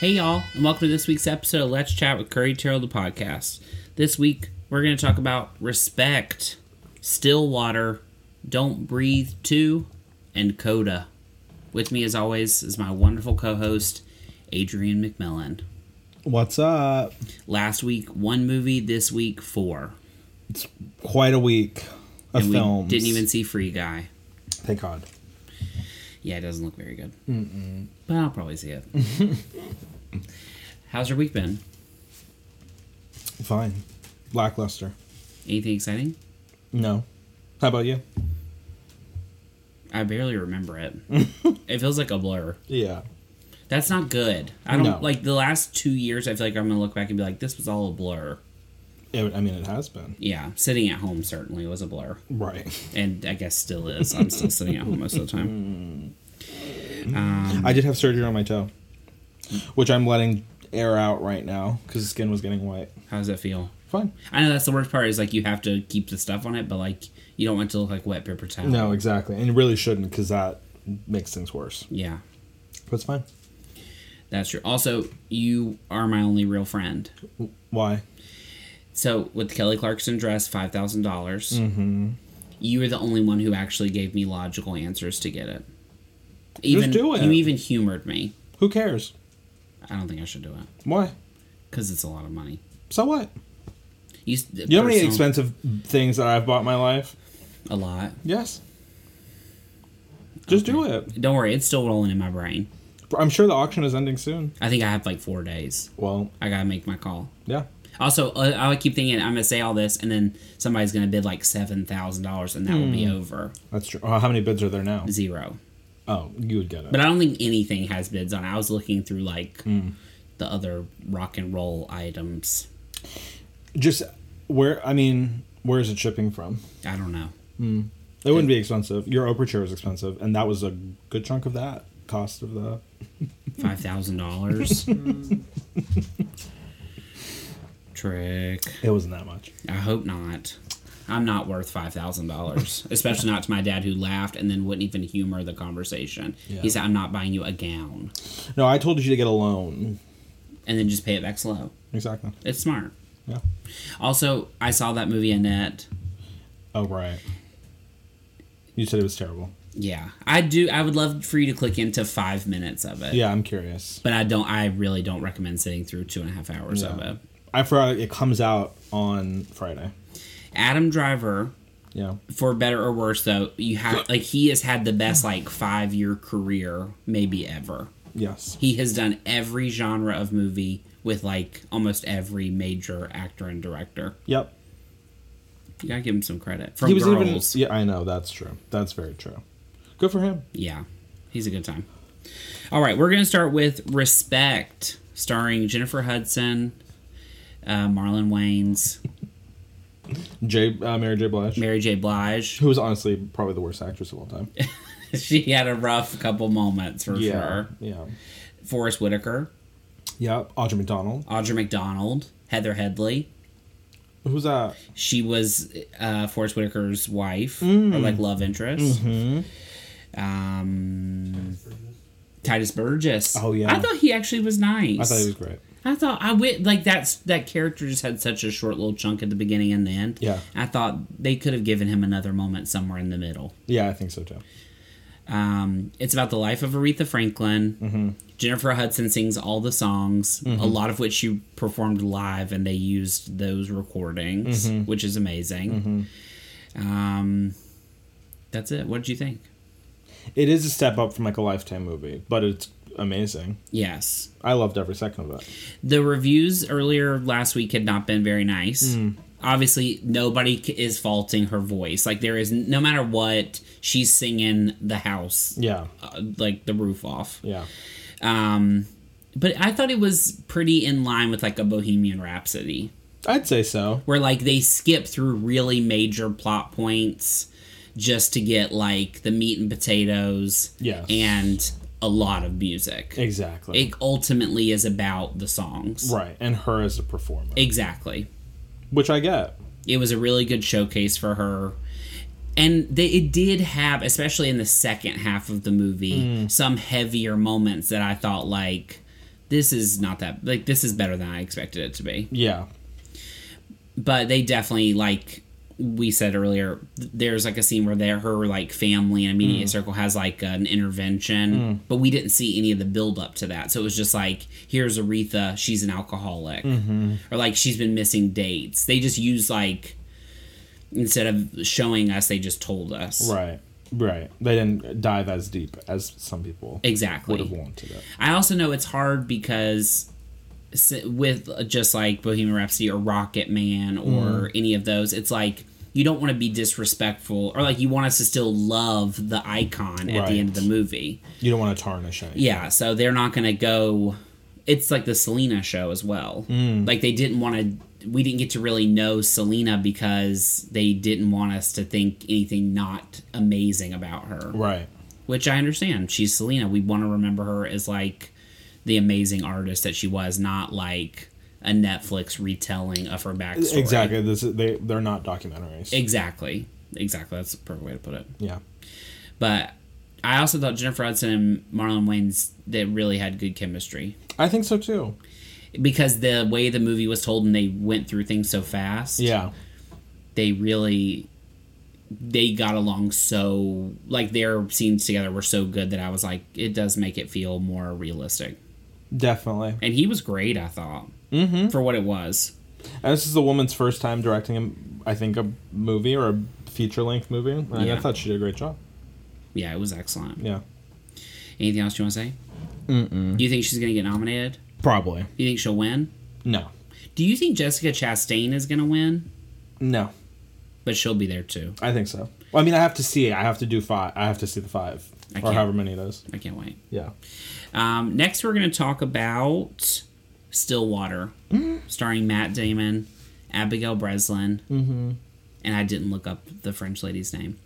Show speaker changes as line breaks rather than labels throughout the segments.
Hey, y'all, and welcome to this week's episode of Let's Chat with Curry Terrell, the podcast. This week, we're going to talk about respect, still water, don't breathe too, and coda. With me, as always, is my wonderful co host, Adrian McMillan.
What's up?
Last week, one movie, this week, four.
Quite a week of
And we
films.
didn't even see Free Guy.
Thank God.
Yeah, it doesn't look very good. But I'll probably see it. How's your week been?
Fine. Lackluster.
Anything exciting?
No. How about you?
I barely remember it. it feels like a blur.
Yeah.
That's not good. I don't
No.
like the last two years. I feel like I'm gonna look back and be like, this was all a blur.
It, I mean, it has been.
Yeah, sitting at home certainly was a blur,
Right.
and I guess still is. I'm still sitting at home most of the time. Um,
I did have surgery on my toe, which I'm letting air out right now because the skin was getting white.
how does that feel?
Fine.
I know that's the worst part is like you have to keep the stuff on it, but like you don't want it to look like wet paper towel.
No, exactly. And you really shouldn't because that makes things worse.
Yeah,
But it's fine.
that's true. Also, you are my only real friend.
Why?
So with Kelly Clarkson dress, five dollars.
Mm-hmm.
You were the only one who actually gave me logical answers to get it. Even
do it.
you even humored me.
Who cares?
I don't think I should do it
Why?
because it's a lot of money.
So what?
You,
You know how many
personal-
expensive things that I've bought in my life?
A lot.
Yes. Just do it.
Don't worry, it's still rolling in my brain.
I'm sure the auction is ending soon.
I think I have like four days.
Well,
I gotta make my call.
yeah.
Also, uh, I would keep thinking I'm gonna say all this, and then somebody's gonna bid like seven thousand dollars, and that will
Mm.
be over
That's true. Oh, how many bids are there now?
zero.
Oh, you would get it.
But I don't think anything has bids on. it. I was looking through like
Hmm.
the other rock and roll items.
Just where? I mean, where is it shipping from?
I don't know.
It wouldn't be expensive. Your overture was expensive, and that was a good chunk of that cost of the.
Five thousand dollars. Trick.
It wasn't that much.
I hope not. I'm not worth five thousand dollars, especially not to my dad who laughed and then wouldn't even humor the conversation. He
Yeah.
said, "I'm not buying you a gown,"
No, I told you to get a loan.
and then just pay it back slow.
Exactly.
It's smart.
Yeah.
Also, I saw that movie Annette.
Oh right. You said it was terrible.
Yeah, I do. I would love for you to click into five minutes of it.
Yeah, I'm curious.
but I don't. I really don't recommend sitting through two and a half hours of
Yeah.
it.
I forgot it comes out on Friday.
Adam Driver,
Yeah.
for better or worse, though you have like he has had the best like five year career maybe ever.
Yes.
He has done every genre of movie with like almost every major actor and director.
Yep.
You gotta give him some credit. From
he was
Girls,
even. Yeah, I know. That's true. That's very true. Good for him.
yeah, he's a good time. All right, we're gonna start with Respect, starring Jennifer Hudson, uh, Marlon Wayans,
J. Uh, Mary J. Blige.
Mary J. Blige.
who was honestly probably the worst actress of all time.
she had a rough couple moments for sure.
yeah,
Forrest Whitaker,
yeah. Audra McDonald.
Audra McDonald, Heather Headley.
Who's that?
She was uh, Forrest Whitaker's wife,
Mm.
or like love interest.
Mm-hmm.
Um, Titus Burgess.
Oh, yeah.
I thought he actually was nice.
I thought he was great.
I thought I went like that's that character just had such a short little chunk at the beginning and the end.
Yeah.
I thought they could have given him another moment somewhere in the middle.
Yeah, I think so too.
Um, it's about the life of Aretha Franklin. Jennifer Hudson sings all the songs, a lot of which she performed live, and they used those recordings, which is amazing. Um, that's it. What did you think?
It is a step up from like a lifetime movie, but it's amazing.
Yes.
I loved every second of it.
The reviews earlier last week had not been very nice. Obviously, nobody c- is faulting her voice. Like, there is, no matter what, she's singing the house,
Yeah,
uh, like the roof off.
yeah,
Um, but I thought it was pretty in line with like a Bohemian Rhapsody,
I'd say so.
where like they skip through really major plot points just to get like the meat and potatoes
Yes.
and a lot of music.
Exactly.
It ultimately is about the songs.
right, and her as a performer,
Exactly.
which I get.
It was a really good showcase for her. And they, it did have, especially in the second half of the movie, some heavier moments that I thought like this is not that like this is better than I expected it to be.
Yeah.
But they definitely like we said earlier. th- There's like a scene where their her like family and immediate
Mm.
circle has like an intervention, but we didn't see any of the build up to that. So it was just like here's Aretha, she's an alcoholic,
Mm-hmm.
or like she's been missing dates. They just use like instead of showing us, they just told us
Right. Right. They didn't dive as deep as some people
exactly
would have wanted it.
I also know it's hard because s- with just like Bohemian Rhapsody or Rocket Man or any of those, it's like you don't want to be disrespectful or like you want us to still love the icon at the end of the
Right.
movie.
You don't want to tarnish anything.
Yeah, so they're not going to go. It's like the Selena show as well. Like they didn't want to. We didn't get to really know Selena because they didn't want us to think anything not amazing about her
Right.
which I understand. She's Selena. We want to remember her as like the amazing artist that she was, not like a Netflix retelling of her backstory.
Exactly. This is, they they're not documentaries.
Exactly. Exactly. That's the perfect way to put it.
yeah.
But I also thought Jennifer Hudson and Marlon Wayans they really had good chemistry
I think so too.
because the way the movie was told and they went through things so fast.
Yeah.
they really they got along so like their scenes together were so good that I was like it does make it feel more realistic.
Definitely.
and he was great. I thought mm-hmm. for what it was.
And this is the woman's first time directing a I think a movie or a feature length movie. And
Yeah.
I thought she did a great job.
Yeah, it was excellent.
Yeah.
Anything else you want to say? Mm-mm. Do you think she's going to get nominated?
Probably.
Do you think she'll win?
No.
Do you think Jessica Chastain is going to win?
No.
But she'll be there too.
I think so. Well, I mean, I have to see. I have to do five. I have to see the five
I
or
can't-
however many of those.
I can't wait.
Yeah.
Um, next, we're going to talk about Stillwater, starring Matt Damon, Abigail Breslin, mm-hmm. and I didn't look up the French lady's name,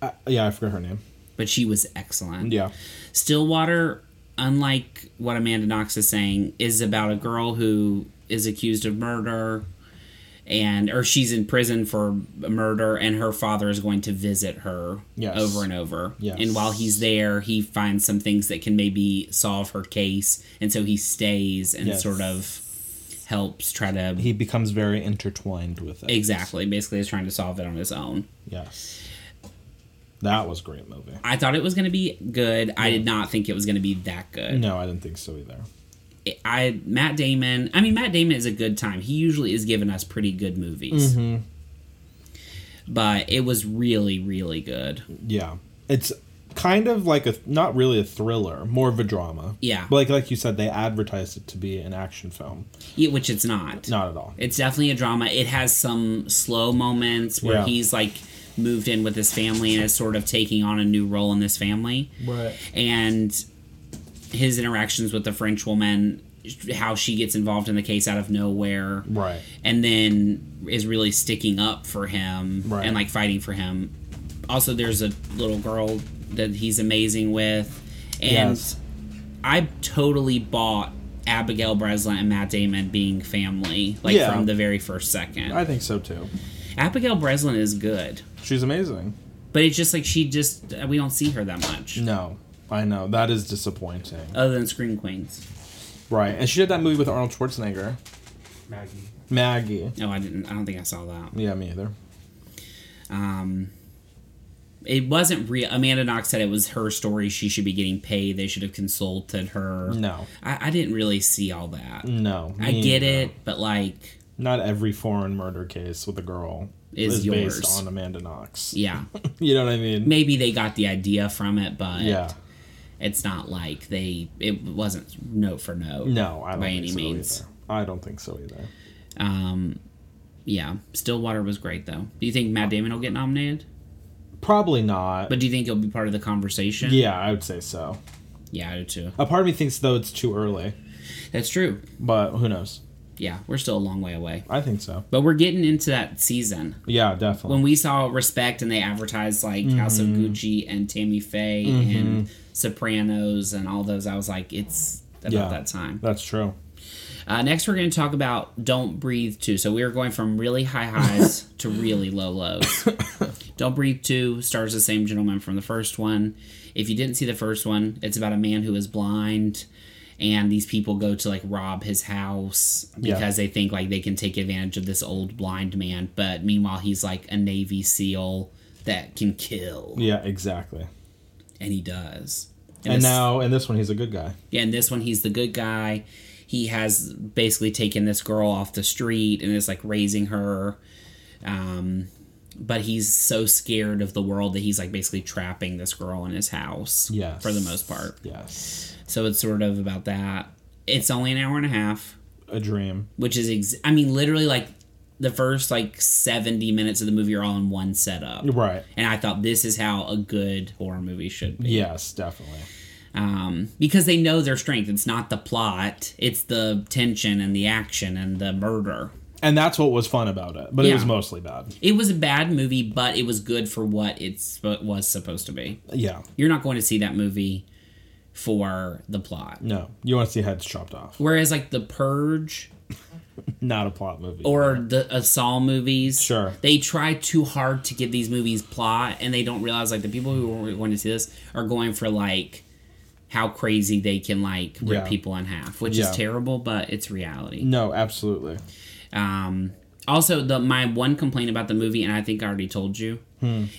I, yeah. I forgot her name.
but she was excellent.
Yeah.
Stillwater, unlike what Amanda Knox is saying, is about a girl who is accused of murder and or she's in prison for murder and her father is going to visit her
Yes.
over and over.
Yes.
And while he's there, he finds some things that can maybe solve her case and so he stays and
Yes.
sort of helps try to
He becomes very intertwined with it.
Exactly. Basically is trying to solve it on his own.
Yes. That was a great movie.
I thought it was going to be good. I did not think it was going to be that good.
No, I didn't think so either.
I Matt Damon. I mean, Matt Damon is a good time. He usually is giving us pretty good movies.
Mm-hmm.
But it was really, really good.
Yeah. It's kind of like a not really a thriller, more of a drama.
Yeah.
But like like you said, they advertised it to be an action film.
Yeah, which it's not.
Not at all.
It's definitely a drama. It has some slow moments where
Yeah.
he's like moved in with his family and is sort of taking on a new role in this family.
Right.
and his interactions with the French woman, how she gets involved in the case out of nowhere,
Right.
And then is really sticking up for him
Right.
and like fighting for him. Also, there's a little girl that he's amazing with, and
Yes.
I totally bought Abigail Breslin and Matt Damon being family, like
Yeah.
from the very first second.
I think so too.
Abigail Breslin is good.
She's amazing.
But it's just like she just we don't see her that much,
No. I know. That is disappointing.
other than Scream Queens.
Right. And she did that movie with Arnold Schwarzenegger.
Maggie.
Maggie.
No, I didn't. I don't think I saw that.
Yeah, me either.
Um, it wasn't real. Amanda Knox said it was her story. She should be getting paid. They should have consulted her.
No.
I, I didn't really see all that.
No.
I
Mm, me
get
neither.
it, but like,
Not every foreign murder case with a girl
Is
is,
yours.
based on Amanda Knox.
yeah,
You know what I mean?
maybe they got the idea from it, but
Yeah.
it's not like they. It wasn't note for note.
No, I don't
By
think
any
so
means.
either. I don't think so either.
Um, yeah, Stillwater was great though. Do you think Matt Damon will get nominated?
Probably not.
But do you think he'll be part of the conversation?
yeah, I would say so.
yeah, I do too.
A part of me thinks though it's too early,
That's true.
but who knows?
Yeah, we're still a long way away.
I think so.
But we're getting into that season.
Yeah, definitely.
When we saw Respect and they advertised like House of Gucci and Tammy Faye and Sopranos and all those, I was like, it's about
Yeah.
that time.
That's true.
Uh, next, we're going to talk about Don't Breathe 2. So we are going from really high highs to really low lows. Don't Breathe 2 stars the same gentleman from the first one. If you didn't see the first one, it's about a man who is blind and these people go to like rob his house
Yeah.
because they think like they can take advantage of this old blind man but meanwhile he's like a navy seal that can kill
Yeah, exactly.
and he does
And
it's-
now in this one, he's a good guy.
yeah, in this one, he's the good guy. He has basically taken this girl off the street and is like raising her. Um, but he's so scared of the world that he's like basically trapping this girl in his house.
Yes.
For the most part.
Yes,
So it's sort of about that. It's only an hour and a half,
a dream.
which is, ex- I mean, literally like the first like 70 minutes of the movie are all in one setup.
Right.
And I thought this is how a good horror movie should be
Yes, definitely.
um, because they know their strength. It's not the plot; it's the tension and the action and the murder.
And that's what was fun about it, but it
Yeah.
was mostly bad.
It was a bad movie, but it was good for what it was supposed to be.
Yeah.
You're not going to see that movie for the plot.
No, you want to see heads chopped off.
Whereas, like the Purge
Not a plot movie.
or the uh, Saw movies,
Sure.
they try too hard to give these movies plot, and they don't realize like the people who are going to see this are going for like how crazy they can like rip
Yeah.
people in half, which
Yeah.
is terrible, but it's reality.
no, absolutely.
Um, also, the my one complaint about the movie, and I think I already told you,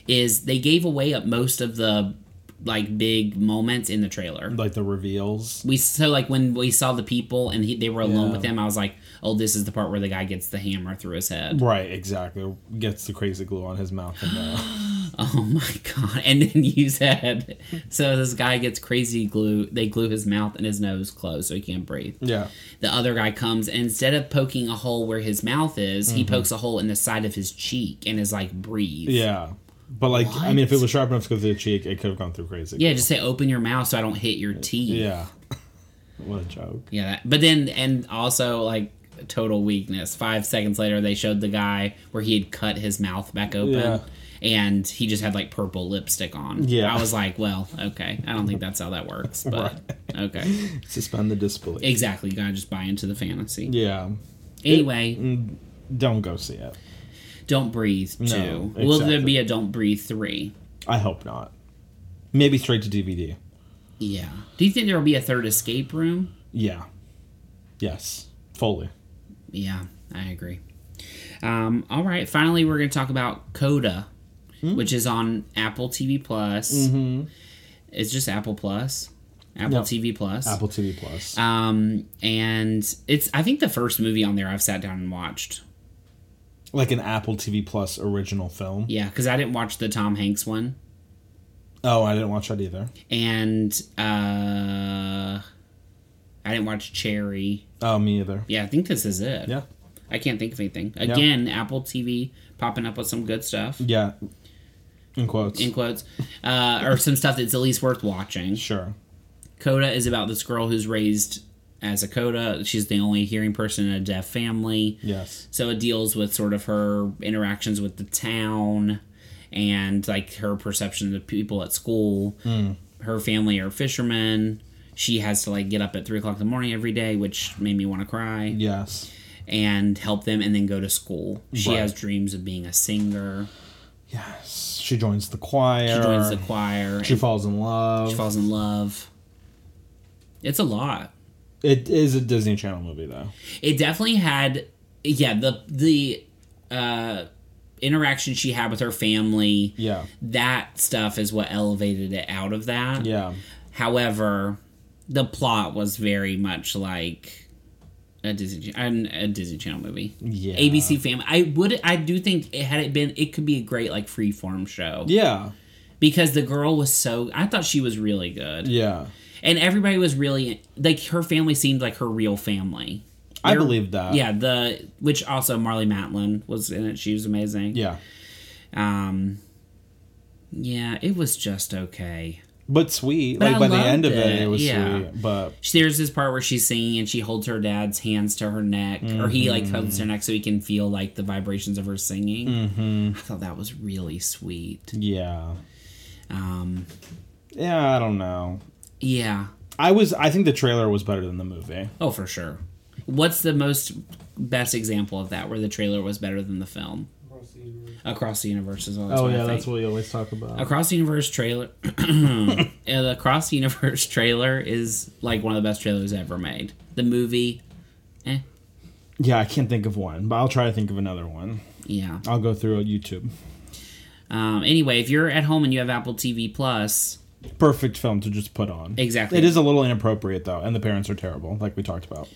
is they gave away up most of the like big moments in the trailer.
Like the reveals.
We so like when we saw the people and he, they were alone
Yeah.
with him, I was like, oh, this is the part where the guy gets the hammer through his head.
Right, exactly. Gets the crazy glue on his mouth. And, uh,
Oh my god! And then you said, so this guy gets crazy glue. They glue his mouth and his nose closed so he can't breathe.
yeah.
The other guy comes and instead of poking a hole where his mouth is, he pokes a hole in the side of his cheek and is like, breathe.
Mm-hmm. Yeah. But like, I mean, if it
What?
was sharp enough to go through the cheek, it could have gone through crazy.
Yeah, just say open your mouth so I don't hit your teeth.
Yeah. what a joke.
Yeah. That, but then, and also like total weakness. Five seconds later, they showed the guy where he had cut his mouth back open.
Yeah.
And he just had like purple lipstick on.
Yeah.
I was like, well, okay. I don't think that's how that works, but okay.
Suspend the disbelief.
Exactly. You gotta just buy into the fantasy.
yeah. mm.
Anyway,
Don't go see it.
don't breathe two.
exactly.
Will there be a don't breathe three?
I hope not. Maybe straight to DVD.
Yeah. Do you think there will be a third escape room?
Yeah. Yes. Fully.
Yeah, I agree. Um, all right, finally, we're going to talk about Coda,
Hmm?
which is on Apple TV Plus.
Mm-hmm.
It's just Apple Plus, Apple
Yep.
TV Plus.
Apple TV Plus.
Um, and it's I think the first movie on there I've sat down and watched.
like an Apple TV Plus original film.
Yeah, because I didn't watch the Tom Hanks one,
Oh, I didn't watch that either.
and uh, I didn't watch Cherry.
Oh, me either.
Yeah, I think this is it.
Yeah.
I can't think of anything. Again, Apple TV popping up with some good stuff.
Yeah. In quotes.
in quotes, uh, or some stuff that's at least worth watching.
sure.
Coda is about this girl who's raised as a Coda. She's the only hearing person in a deaf family.
Yes.
So it deals with sort of her interactions with the town and like her perception of the people at school. Her family are fishermen. She has to like get up at three o'clock in the morning every day, which made me want to cry,
Yes.
and help them and then go to school. She
Right.
has dreams of being a singer.
Yes. She joins the choir.
She joins the choir.
She falls in love.
She falls in love. It's a lot.
it is a Disney Channel movie though.
It definitely had yeah, the the uh interaction she had with her family.
Yeah.
That stuff is what elevated it out of that.
Yeah.
However, the plot was very much like a Disney Ch- an- a Disney Channel movie.
Yeah.
ABC Family. I would I do think it had it been it could be a great like freeform show.
Yeah.
Because the girl was so I thought she was really good.
Yeah.
and everybody was really like her family seemed like her real family.
I
They're-
believe that.
Yeah, the which also Marley Matlin was in it. She was amazing.
Yeah.
Um, yeah, it was just okay.
But sweet.
But
like
I
by the
loved
end of it,
it,
it was
yeah.
sweet. But
There's this part where she's singing and she holds her dad's hands to her neck, or he like
Mm-hmm.
holds her neck so he can feel like the vibrations of her singing.
Mm-hmm.
I thought that was really sweet.
yeah.
Um,
Yeah, I don't know.
yeah.
I was I think the trailer was better than the movie.
Oh, for sure. What's the most best example of that where the trailer was better than the film?
Proceed.
universe.
Across the Universe is always
Oh
my
yeah,
thing.
that's what we always talk about.
Across the Universe trailer. Yeah, the Across the Universe trailer is like one of the best trailers ever made. The movie, eh,
Yeah, I can't think of one, but I'll try to think of another one.
yeah.
I'll go through YouTube.
Um, anyway, if you're at home and you have Apple TV Plus,
Perfect film to just put on.
Exactly.
It is a little inappropriate though, and the parents are terrible, like we talked about.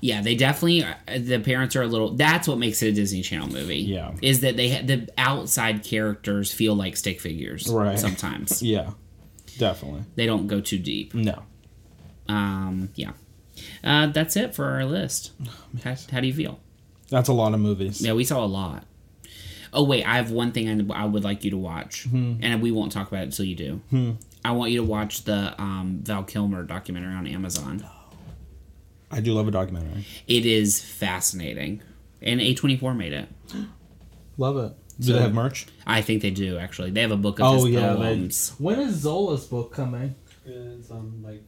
yeah, they definitely uh, the parents are a little. That's what makes it a Disney Channel movie.
Yeah.
is that they ha- the outside characters feel like stick figures.
Right.
Sometimes
Yeah, definitely.
they don't go too deep.
No.
Um, yeah. Uh, that's it for our list.
Oh,
how, how do you feel?
That's a lot of movies.
Yeah, we saw a lot. Oh wait, I have one thing I, I would like you to watch,
Hmm.
and we won't talk about it until you do. I want you to watch the um, Val Kilmer documentary on Amazon.
Oh. I do love a documentary.
It is fascinating, and A twenty four made it.
Love it. Do they have merch?
I think they do actually. They have a book of
Oh,
his
yeah, they-
poems.
When is Zola's book coming?
It's on like.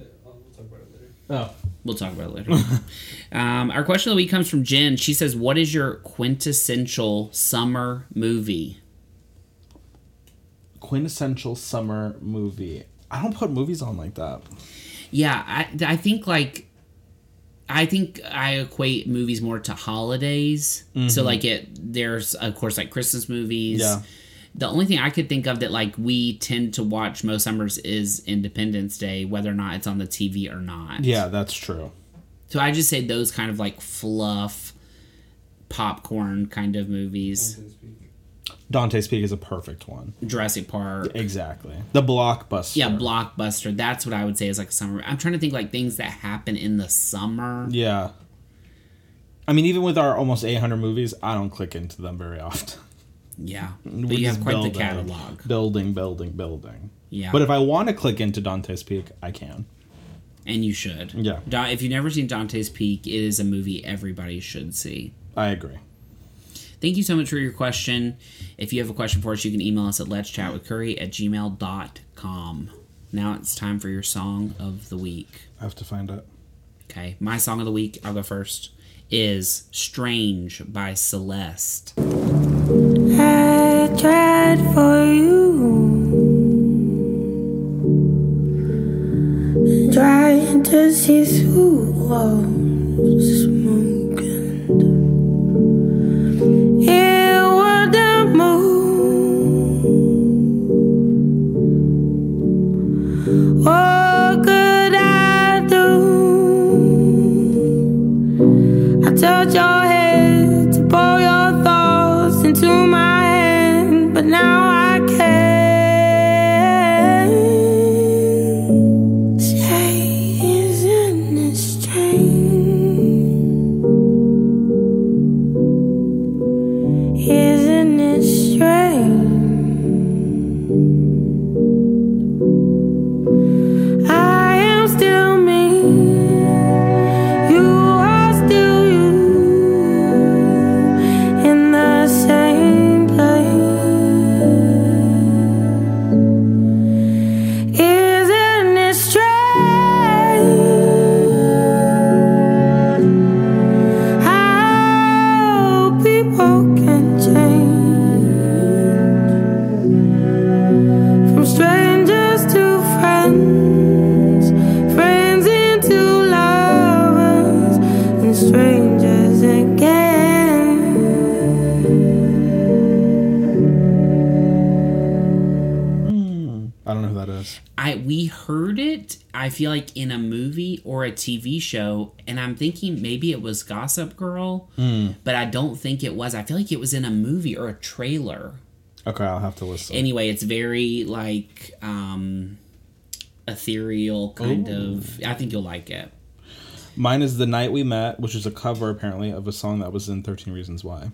uh, I'll- We'll talk about it later.
Oh,
We'll talk about it later. um, our question of the week comes from Jen. She says, "What is your quintessential summer movie?"
Quintessential summer movie. I don't put movies on like that.
Yeah, I, I think like I think I equate movies more to holidays. So like it there's of course like Christmas movies.
Mm-hmm. Yeah.
The only thing I could think of that like we tend to watch most summers is Independence Day, whether or not it's on the TV or not.
Yeah, that's true.
So I just say those kind of like fluff popcorn kind of movies.
Mountains Peak.
Dante's Peak is a perfect one.
Jurassic Park.
Exactly. The blockbuster.
Yeah, blockbuster. That's what I would say is like summer. I'm trying to think like things that happen in the summer.
Yeah. I mean, even with our almost 800 movies, I don't click into them very often.
Yeah,
We
but you have
just
quite the
build up.
catalog.
Building, building, building.
Yeah,
But if I want to click into Dante's Peak, I can.
and you should.
Yeah.
Da- if you've never seen Dante's Peak, it is a movie everybody should see.
I agree.
Thank you so much for your question. If you have a question for us, you can email us at let's chat with curry at gmail.com. Now it's time for your song of the week.
I have to find it.
Okay, my song of the week, I'll go first, is Strange by Celeste.
I tried for you, trying to see through all the smoke. and It wouldn't move. What could I do? I touch your head to pour your thoughts into my hand, but now I can't. Say, isn't it strange? Isn't it strange? I am still me. You are still you in the same place. Isn't it strange how people can change from strangers to friends? friends into lovers and strangers again.
I don't know who that is.
I we heard it. I feel like in a movie or a TV show, and I'm thinking maybe it was Gossip Girl, but I don't think it was. I feel like it was in a movie or a trailer.
Okay, I'll have to listen.
Anyway, it's very like um ethereal kind of. I think you'll like it.
Mine is The Night We Met, which is a cover apparently of a song that was in 13 Reasons Why.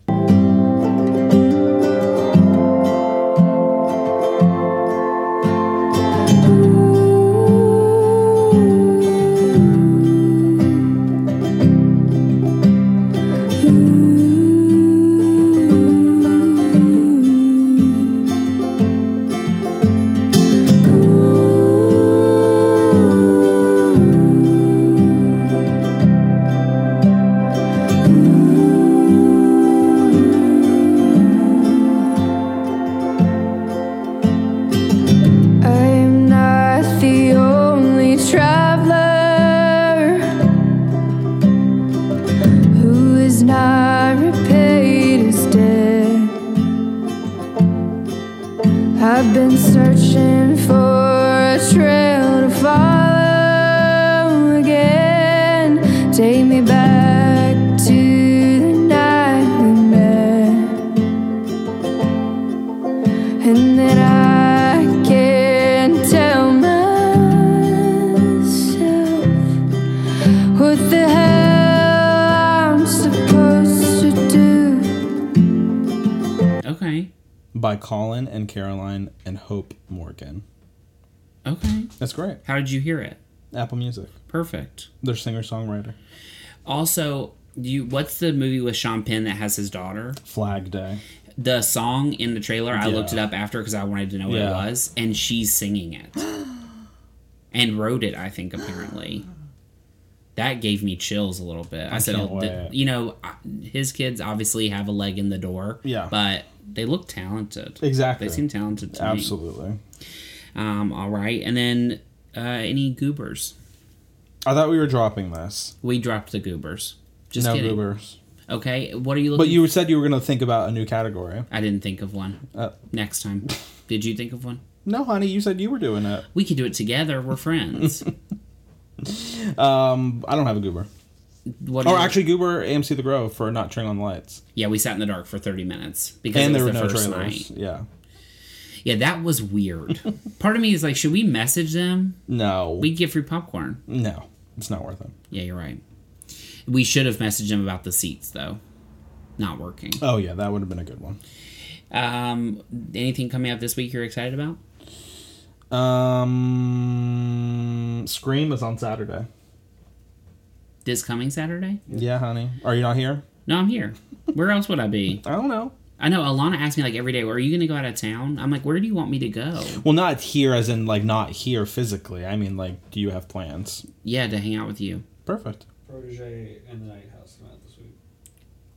I've been searching for a trail to follow again. Take me back to the night we met. And then I can tell myself what the hell I'm supposed to do.
Okay.
by Colin and Caroline and Hope Morgan.
Okay.
That's great.
How did you hear it?
Apple Music.
Perfect.
They're singer songwriter.
Also, you what's the movie with Sean Penn that has his daughter?
Flag Day.
The song in the trailer, I looked it
Yeah.
up after because I wanted to know what
Yeah.
it was, and she's singing it. and wrote it, I think, apparently. That gave me chills a little bit. I, said,
can't
oh, th-
wait.
you know, I- his kids obviously have a leg in the door.
Yeah.
But they look talented.
Exactly.
They seem talented to me.
Absolutely.
Um, all right. And then uh, any goobers?
I thought we were dropping this.
We dropped the goobers. Just
no
kidding.
goobers.
Okay. What are you looking
But you said you were going to think about a new category.
I didn't think of one.
Uh,
Next time. Did you think of one?
no, honey, you said you were doing it.
We could do it together. We're friends.
Um, I don't have a goober.
What
Or
are you-
Oh, actually, goober AMC The Grove for not turning on the lights.
Yeah, we sat in the dark for 30 minutes because
And
it
there
was
were
the
no
first
trailers.
night.
Yeah.
Yeah, that was weird. Part of me is like, should we message them?
No.
We get free popcorn.
no. It's not worth it.
Yeah, you're right. We should have messaged them about the seats though. Not working.
Oh, yeah, that would have been a good one.
Um, anything coming up this week you're excited about?
Um, Scream is on Saturday.
This coming Saturday?
Yeah, honey. Are you not here?
No, I'm here. Where else would I be?
I don't know.
I know Alana asked me like every day, "Are you going to go out of town?" I'm like, "Where do you want me to go?"
Well, not here as in like not here physically. I mean, like, do you have plans?
Yeah, to hang out with you.
Perfect.
Protege and the Night House come out this week.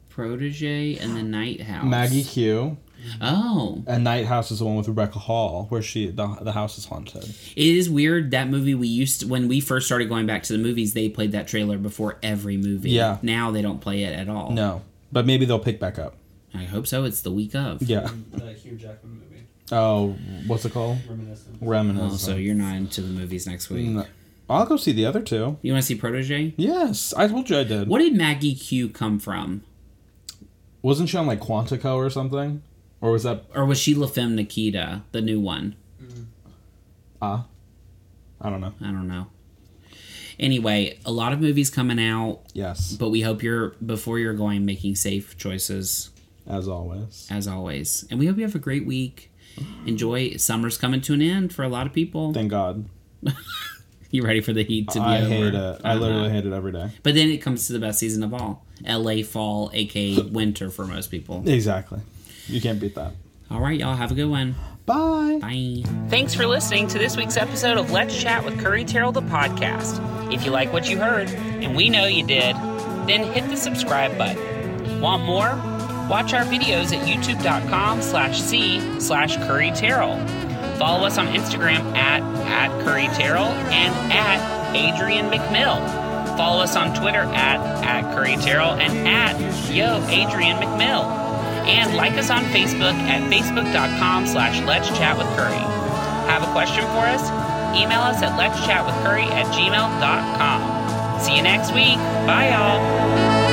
Protege and the Night House.
Maggie Q
Oh,
and Night House is the one with Rebecca Hall, where she the, the house is haunted.
it is weird that movie we used to, when we first started going back to the movies. They played that trailer before every movie.
Yeah.
Now they don't play it at all.
No, but maybe they'll pick back up.
I hope so. It's the week of.
Yeah.
The Hugh Jackman movie.
Oh, what's it called?
Reminiscent.
Reminiscence.
Oh, so you're not into the movies next week.
No. I'll go see the other two.
You want to see Protege?
Yes, I told you I did.
What did Maggie Q come from?
Wasn't she on like Quantico or something? Or was that
Or was she La Femme Nikita, the new one?
ah? I don't know.
I don't know. Anyway, a lot of movies coming out,
Yes,
but we hope you're before you're going making safe choices
as always.
as always. And we hope you have a great week. Enjoy summer's coming to an end for a lot of people.
Thank God.
you ready for the heat to be
I
over?
hate it. I
Uh-huh.
literally hate it every day.
But then it comes to the best season of all. LA fall, aka winter for most people.
Exactly. You can't beat that.
All right, y'all have a good one.
Bye.
Bye.
Thanks for listening to this week's episode of Let's Chat with Curry Terrell, the podcast. If you like what you heard, and we know you did, then hit the subscribe button. Want more? Watch our videos at youtube.com slash C slash Curry Terrell. Follow us on Instagram at, at Curry Terrell and at Adrian McMill. Follow us on Twitter at, at Curry Terrell and at Yo Adrian McMill. And like us on Facebook at facebook.com slash let's chat with Curry. Have a question for us? Email us at let's chat with Curry at gmail.com. See you next week. Bye, y'all.